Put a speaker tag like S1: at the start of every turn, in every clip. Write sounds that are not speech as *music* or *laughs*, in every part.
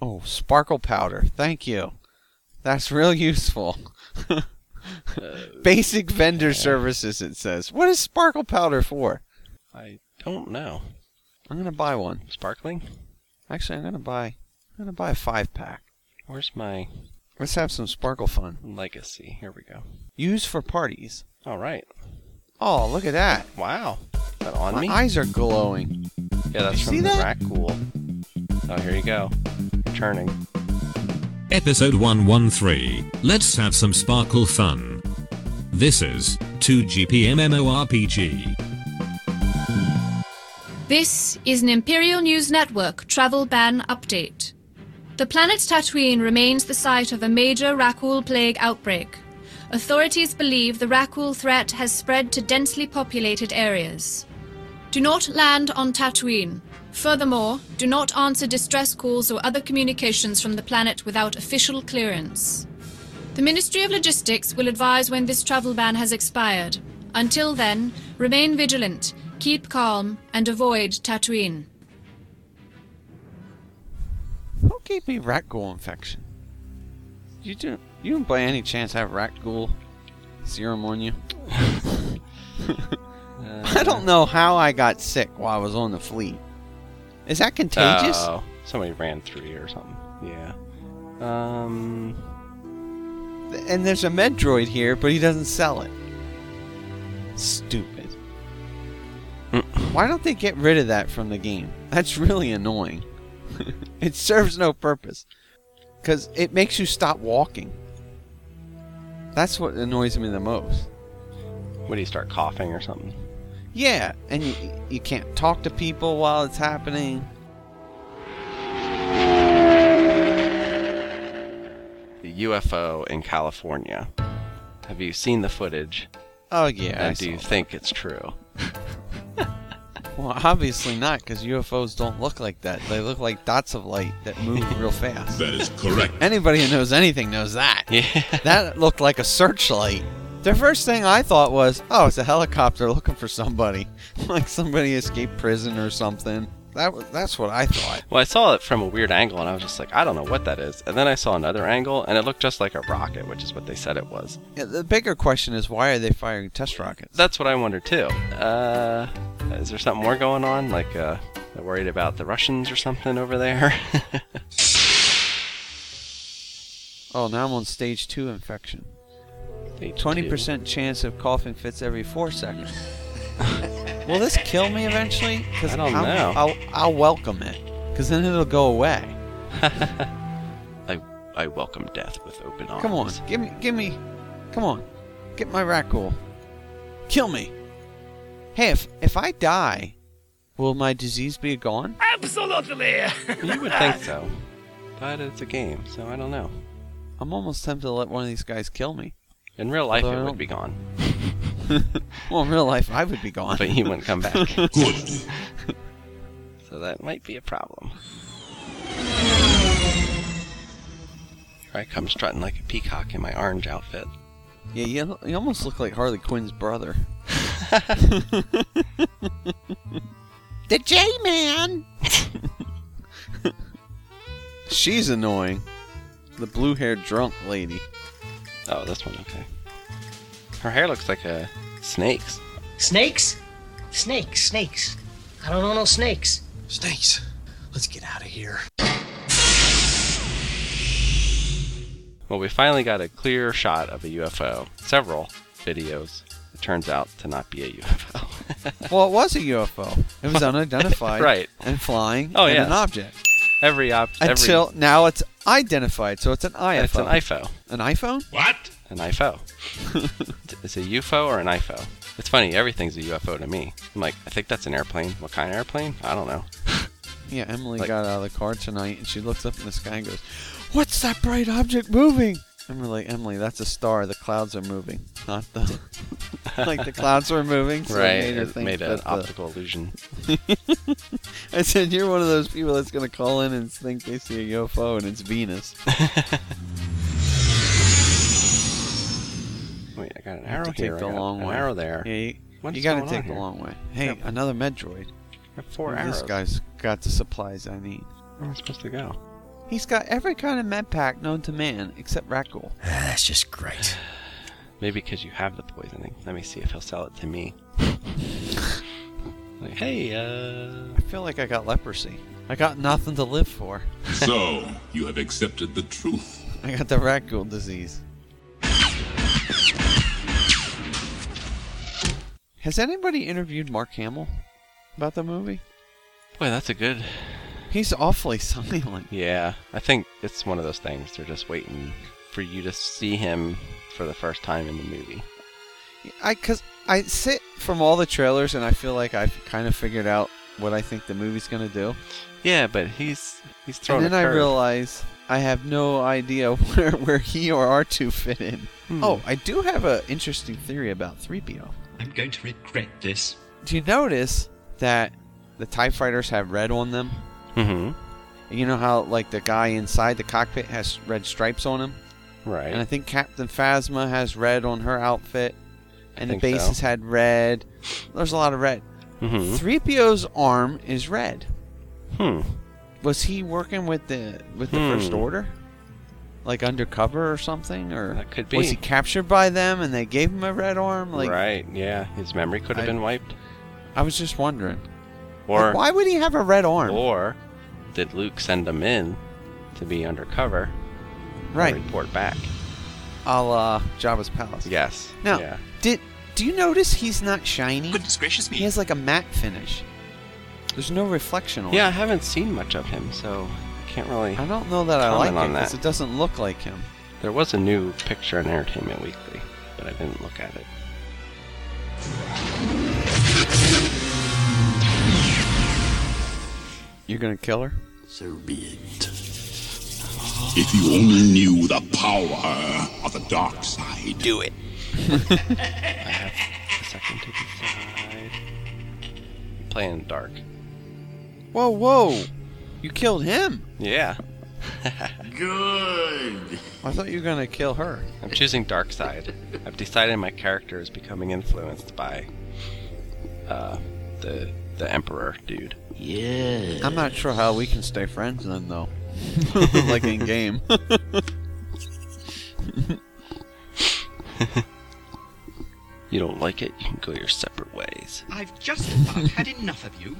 S1: Oh, sparkle powder. Thank you. That's real useful.
S2: Uh,
S1: Basic vendor services, it says. What is sparkle powder for?
S2: I don't know.
S1: I'm gonna buy one.
S2: Sparkling?
S1: Actually, I'm gonna buy. I'm gonna buy a five pack.
S2: Where's my
S1: Let's have some sparkle fun.
S2: legacy? Here we go.
S1: Use for parties.
S2: All right.
S1: Oh, look at that.
S2: Wow. Is that on
S1: My
S2: me?
S1: eyes are glowing.
S2: yeah, that's
S1: you
S2: from
S1: see
S2: the
S1: that?
S2: rack cool. Oh, here you go. Returning.
S3: Episode 113. Let's have some sparkle fun. This is 2GPMMORPG.
S4: This is an Imperial News Network travel ban update. The planet Tatooine remains the site of a major Rakul plague outbreak. Authorities believe the Rakul threat has spread to densely populated areas. Do not land on Tatooine. Furthermore, do not answer distress calls or other communications from the planet without official clearance. The Ministry of Logistics will advise when this travel ban has expired. Until then, remain vigilant, keep calm, and avoid Tatooine.
S1: Who gave me rat ghoul infection? You do. You don't by any chance have rat ghoul serum on you? *laughs* *laughs* I don't know how I got sick while I was on the fleet. Is that contagious?
S2: Oh, somebody ran three or something. Yeah. Um.
S1: and there's a med droid here, but he doesn't sell it. Stupid. Why don't they get rid of that from the game? That's really annoying. *laughs* it serves no purpose. Because it makes you stop walking. That's what annoys me the most.
S2: What do you start coughing or something?
S1: Yeah, and you, you can't talk to people while it's happening.
S2: The UFO in California. Have you seen the footage?
S1: Oh, yeah. I
S2: and do you
S1: saw
S2: think it's true? *laughs*
S1: that. Well, obviously not, because UFOs don't look like that. They look like dots of light that move real fast.
S5: That is *laughs* correct.
S1: Anybody who knows anything knows that.
S2: Yeah.
S1: That looked like a searchlight. The first thing I thought was, oh, it's a helicopter looking for somebody, *laughs* like somebody escaped prison or something. That was that's what I thought.
S2: Well, I saw it from a weird angle, and I was just like, I don't know what that is. And then I saw another angle, and it looked just like a rocket, which is what they said it was.
S1: Yeah, the bigger question is, why are they firing test rockets?
S2: That's what I wondered too. Uh, is there something more going on? Like, uh, they're worried about the Russians or something over there? *laughs*
S1: Oh, now I'm on stage two infection.
S2: They do.
S1: Twenty percent chance of coughing fits every four
S2: *laughs*
S1: seconds. Will this kill me eventually? Because
S2: I don't know.
S1: I'll, I'll welcome it, because then it'll go away.
S2: I, I welcome death with open arms.
S1: Come on, give me, give me, come on, get my Rakul. Kill me. Hey, if if I die, will my disease be gone?
S2: You would think so, but it's a game, so I don't know.
S1: I'm almost tempted to let one of these guys kill me.
S2: In real life,
S1: Although I
S2: it
S1: don't-
S2: would be gone,
S1: Well, in real life, I would be gone.
S2: but you wouldn't
S1: *laughs*
S2: come back. *laughs*
S5: Good.
S2: So that might be a problem. Here I come strutting like a peacock in my orange outfit.
S1: yeah, you, you almost look like Harley Quinn's brother. the J Man. She's annoying. The blue-haired drunk lady.
S2: Oh, this one, okay. Her hair looks like a snake's.
S6: Snakes? Snakes, snakes. I don't know no snakes.
S7: Snakes. Let's get out of here.
S2: Well, we finally got a clear shot of a UFO. Several videos. It turns out to not be a UFO.
S1: Well, it was a UFO. It
S2: *laughs*
S1: was unidentified,
S2: Right.
S1: And flying.
S2: Oh,
S1: and
S2: yes.
S1: an object.
S2: *laughs* every op.
S1: Until now, it's identified, so it's an
S2: every,
S1: iPhone.
S2: it's an iPhone.
S1: An iPhone?
S5: What?
S2: An IFO. it's a UFO or an IFO. It's funny, everything's a UFO to me. I'm like, I think that's an airplane. What kind of airplane? I don't know.
S1: *laughs* Yeah, Emily
S2: Like-
S1: got out of the car tonight, and she looks up in the sky and goes, "What's that bright object moving?" And we're like, "Emily, that's a star. The clouds are moving, not the *laughs* like the clouds were moving." So it Made her
S2: It
S1: think
S2: made an
S1: that the-
S2: optical illusion.
S1: *laughs* I said, "You're one of those people that's gonna call in and think they see a UFO, and it's Venus."
S2: Wait, I got an
S1: have to
S2: arrow here.
S1: take the
S2: I got
S1: long
S2: an
S1: way.
S2: arrow there.
S1: Yeah, you,
S2: What's
S1: you gotta
S2: going on
S1: take the
S2: here?
S1: long way. Hey,
S2: Yep.
S1: another Medroid.
S2: I have four
S1: Maybe
S2: arrows.
S1: This guy's got the supplies I need.
S2: Where am I supposed to go?
S1: He's got every kind of med pack known to man except Rakul.
S5: That's just great.
S2: Maybe because you have the poisoning. Let me see if he'll sell it
S1: *laughs*
S2: to me. like, hey, uh.
S1: I feel like I got leprosy. I got nothing to live for.
S8: *laughs* So, you have accepted the truth.
S1: I got the Rakul disease. Has anybody interviewed Mark Hamill about the movie?
S2: Boy, that's a good.
S1: He's awfully *laughs* silent.
S2: Yeah, I think it's one of those things. They're just waiting for you to see him for the first time in the movie.
S1: I cause I sit from all the trailers and I feel like I've kind of figured out what I think the movie's gonna do,
S2: Yeah, but he's he's throwing.
S1: and then
S2: a
S1: I
S2: curve.
S1: realize I have no idea *laughs* where where he or R two fit in.
S2: Hmm.
S1: Oh, I do have an interesting theory about three PO.
S9: I'm going to regret this.
S1: Do you notice that the Tie Fighters have red on them?
S2: Mm-hmm.
S1: And you know how like the guy inside the cockpit has red stripes on him, and I
S2: Right.
S1: think Captain Phasma has red on her outfit, and the
S2: think so.
S1: bases had red. There's a lot of red.
S2: Mm-hmm.
S1: 3PO's arm is red.
S2: Hmm.
S1: Was he working with the with the
S2: Hmm.
S1: first order? Like undercover or something or
S2: That could
S1: was
S2: be.
S1: he captured by them and they gave him a red arm? Like
S2: right. Yeah. His memory could have
S1: I-
S2: been wiped.
S1: I was just wondering.
S2: Or
S1: Like, why would he have a red arm?
S2: or did Luke send him in to be undercover? and
S1: right.
S2: report back.
S1: A la Jabba's Palace.
S2: Yes.
S1: Now
S2: Yeah.
S1: did do you notice he's not shiny?
S9: Goodness gracious me.
S1: He has like a matte finish. There's no reflection on
S2: Yeah, I
S1: him.
S2: haven't seen much of him, so I can't really.
S1: I don't know that I like
S2: Comment
S1: it
S2: on
S1: because
S2: that.
S1: it doesn't look like him.
S2: There was a new picture in Entertainment Weekly, but I didn't look at it.
S1: You're gonna kill her?
S9: So be it.
S8: If you only knew the power of the dark side.
S9: Do it.
S2: *laughs* I have a second to decide. Playing dark.
S1: Whoa, whoa! You killed him!
S2: Yeah,
S8: Good.
S1: I thought you were gonna kill her.
S2: I'm choosing dark side. I've decided my character is becoming influenced by uh, the the emperor dude.
S9: Yeah.
S1: I'm not sure how we can stay friends then, though. *laughs* like in game. *laughs*
S2: You don't like it? You can go your separate ways.
S9: I've just about had enough of you.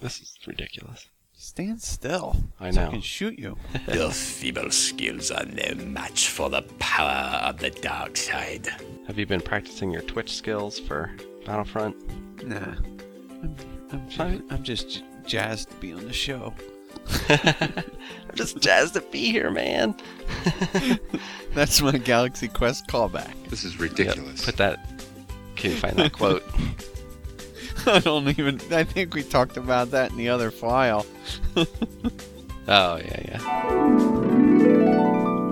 S2: This is ridiculous.
S1: Stand still.
S2: I
S1: so I
S2: know.
S1: can shoot you.
S9: Your feeble skills are no match for the power of the dark side.
S2: Have you been practicing your Twitch skills for Battlefront?
S1: Nah. I'm, I'm, just, I'm just j- jazzed to be on the show.
S2: I'm just jazzed to be here, man. *laughs*
S1: That's my Galaxy Quest callback. *laughs*
S8: This is
S2: Yep, put that. Can you find that quote?
S1: I don't even. I think we talked about that in the other file.
S2: Oh, yeah, yeah.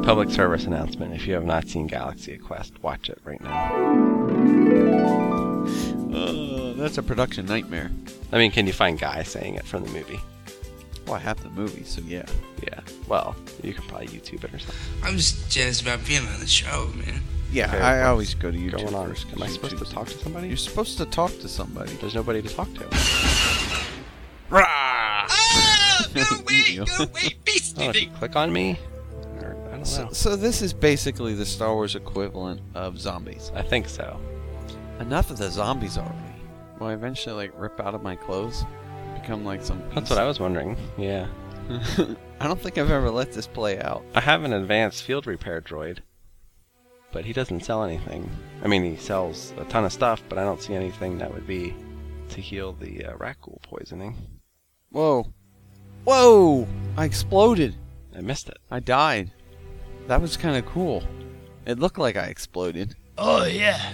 S2: Public service announcement. If you have not seen Galaxy Quest, watch it right now.
S1: Uh, that's a production nightmare.
S2: I mean, can you find Guy saying it from the movie?
S1: Well, I have the movie, so yeah.
S2: Yeah. Well, you can probably YouTube it or something.
S10: I'm just jazzed about being on the show, man.
S1: Yeah,
S2: Okay,
S1: I
S2: what's
S1: always go to YouTube
S2: going on?
S1: first. 'cause
S2: Am I supposed to
S1: YouTube's-
S2: talk to somebody?
S1: You're supposed to talk to somebody.
S2: There's nobody to talk to.
S10: Oh,
S2: *laughs*
S10: no way,
S1: You.
S10: no way,
S2: Oh,
S10: beastie
S2: if you click on me? Or, I don't
S1: So,
S2: know.
S1: so this is basically the Star Wars equivalent of zombies.
S2: I think so.
S1: Enough of the zombies already. Will I eventually like rip out of my clothes? Become like some.
S2: That's what I was wondering. Yeah.
S1: I. I don't think I've ever let this play out.
S2: I have an advanced field repair droid, but he doesn't sell anything. I mean, he sells a ton of stuff, but I don't see anything that would be to heal the uh, Rakul poisoning.
S1: Whoa. Whoa! I exploded.
S2: I missed it.
S1: I died. That was kind of cool. It looked like I exploded.
S9: Oh, yeah.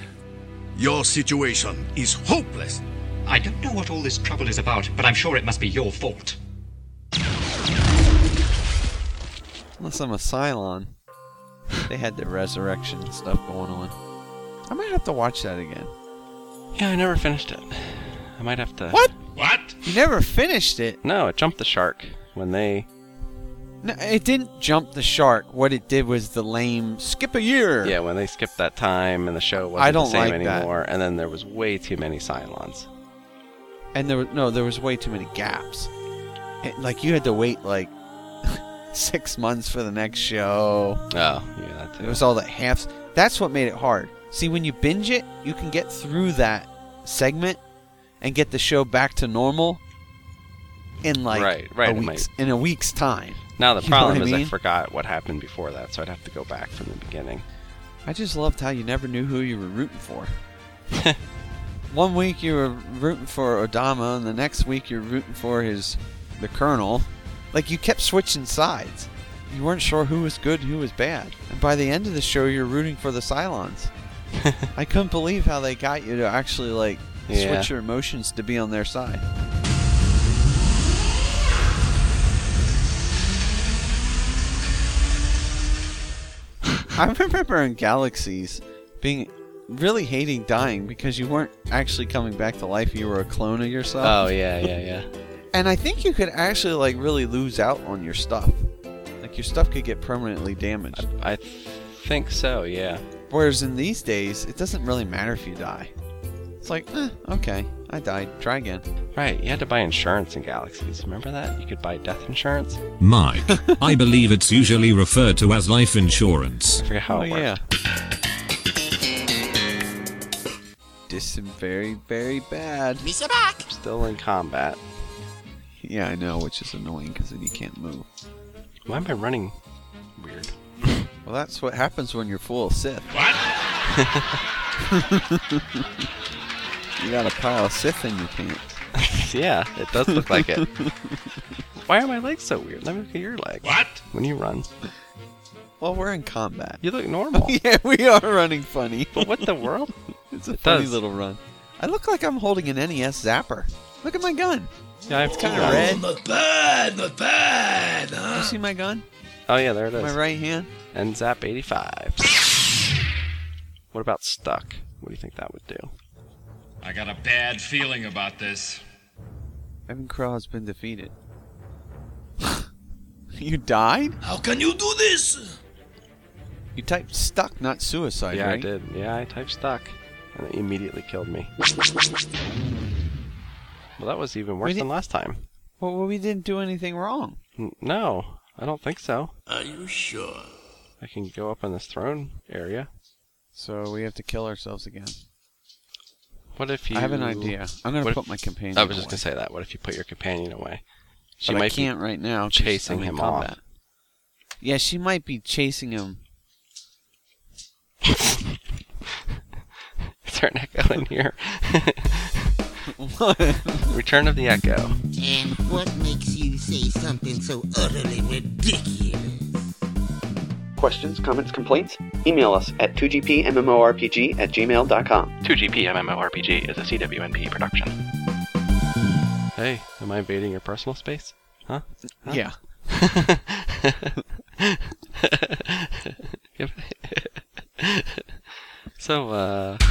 S8: Your situation is hopeless.
S9: I don't know what all this trouble is about, but I'm sure it must be your fault.
S1: Unless I'm a Cylon. They had the resurrection stuff going on. I might have to watch that again.
S2: Yeah, I never finished it. I might have to.
S1: What?
S8: What?
S1: You never finished it.
S2: No, it jumped the shark when they.
S1: No, it didn't jump the shark. What it did was the lame skip a year.
S2: Yeah, when they skipped that time and the show wasn't
S1: I don't
S2: the same
S1: like that.
S2: anymore, and then there was way too many Cylons.
S1: And there was no, there was way too many gaps. It, like you had to wait like *laughs* six months for the next show.
S2: Oh, yeah, that too.
S1: It was all the halves. That's what made it hard. See, when you binge it, you can get through that segment and get the show back to normal in like
S2: Right, right,
S1: a
S2: it
S1: week's, in a week's time.
S2: now
S1: *laughs*
S2: the
S1: You know what
S2: problem
S1: I
S2: is I
S1: mean?
S2: forgot what happened before that, so I'd have to go back from the beginning.
S1: I just loved how you never knew who you were rooting
S2: *laughs*
S1: for. One week you were rooting for Odama, and the next week you're rooting for his the colonel. Like you kept switching sides. You weren't sure who was good and who was bad. And by the end of the show, you're rooting for the
S2: *laughs*
S1: Cylons. I couldn't believe how they got you to actually like
S2: Yeah.
S1: switch your emotions to be on their side. *laughs* I remember in Galaxies being really hating dying because you weren't actually coming back to life. You were a clone of yourself.
S2: Oh yeah, yeah, yeah.
S1: And I think you could actually like really lose out on your stuff. Like your stuff could get permanently damaged.
S2: I think so. Yeah.
S1: Whereas in these days, it doesn't really matter if you die. It's like, eh, okay, I died. Try again.
S2: Right. You had to buy insurance in Galaxies. Remember that? You could buy death insurance.
S3: Mike, I believe it's usually referred to as life insurance.
S2: I forget how
S1: oh
S2: it worked.
S1: yeah. This is very, very bad.
S2: Still in combat.
S1: Yeah, I know, which is annoying because then you can't move.
S2: Why am I running weird?
S1: Well, that's what happens when you're full of Sith. *laughs* you got a pile of Sith in your pants.
S2: yeah, it does look like
S1: *laughs*
S2: it. Why are my legs so weird? Let me look at your leg. What? When you run,
S1: Well, we're in combat.
S2: you
S1: *laughs*
S2: look normal.
S1: yeah, we are running funny.
S2: but what the world?
S1: It's a
S2: It
S1: funny
S2: does.
S1: little run. I look like I'm holding an NES zapper. Look at my gun.
S2: Yeah, I have
S1: It's kind
S10: Oh,
S1: of red. Not bad, not bad. You see my gun?
S2: Oh yeah, there it is.
S1: My right hand?
S2: And zap 85. What about stuck? What do you think that would do?
S5: I got a bad feeling about this.
S1: Evan Crow's been defeated. *laughs* you died?
S10: How can you do this?
S1: You typed stuck, not suicide,
S2: yeah,
S1: right?
S2: I did. Yeah, I typed stuck, and it immediately killed me. Well, that was even worse
S1: did-
S2: than last time.
S1: Well, well, we didn't do anything wrong.
S2: N- No, I don't think so.
S9: Are you sure?
S2: I can go up on this throne area.
S1: So we have to kill ourselves again.
S2: What if you?
S1: I have an idea. I'm gonna
S2: what if-
S1: put my companion.
S2: I was just
S1: away.
S2: gonna say that. What if you put your companion away? *laughs* She
S1: but
S2: might
S1: I
S2: be-
S1: can't right now. 'cause
S2: chasing
S1: I'm in
S2: him
S1: combat. Yeah, she might be chasing him. *laughs*
S2: Is there an echo in here? *laughs*
S1: What?
S2: Return of the Echo.
S10: And what makes you say something so utterly ridiculous?
S11: Questions, comments, complaints? Email us at 2gpmmorpg at gmail.com.
S2: 2GP MMORPG is a CWNP production. Hey, am I invading your personal space? Huh? *laughs*
S1: yeah.
S2: Yep. *laughs* so, uh,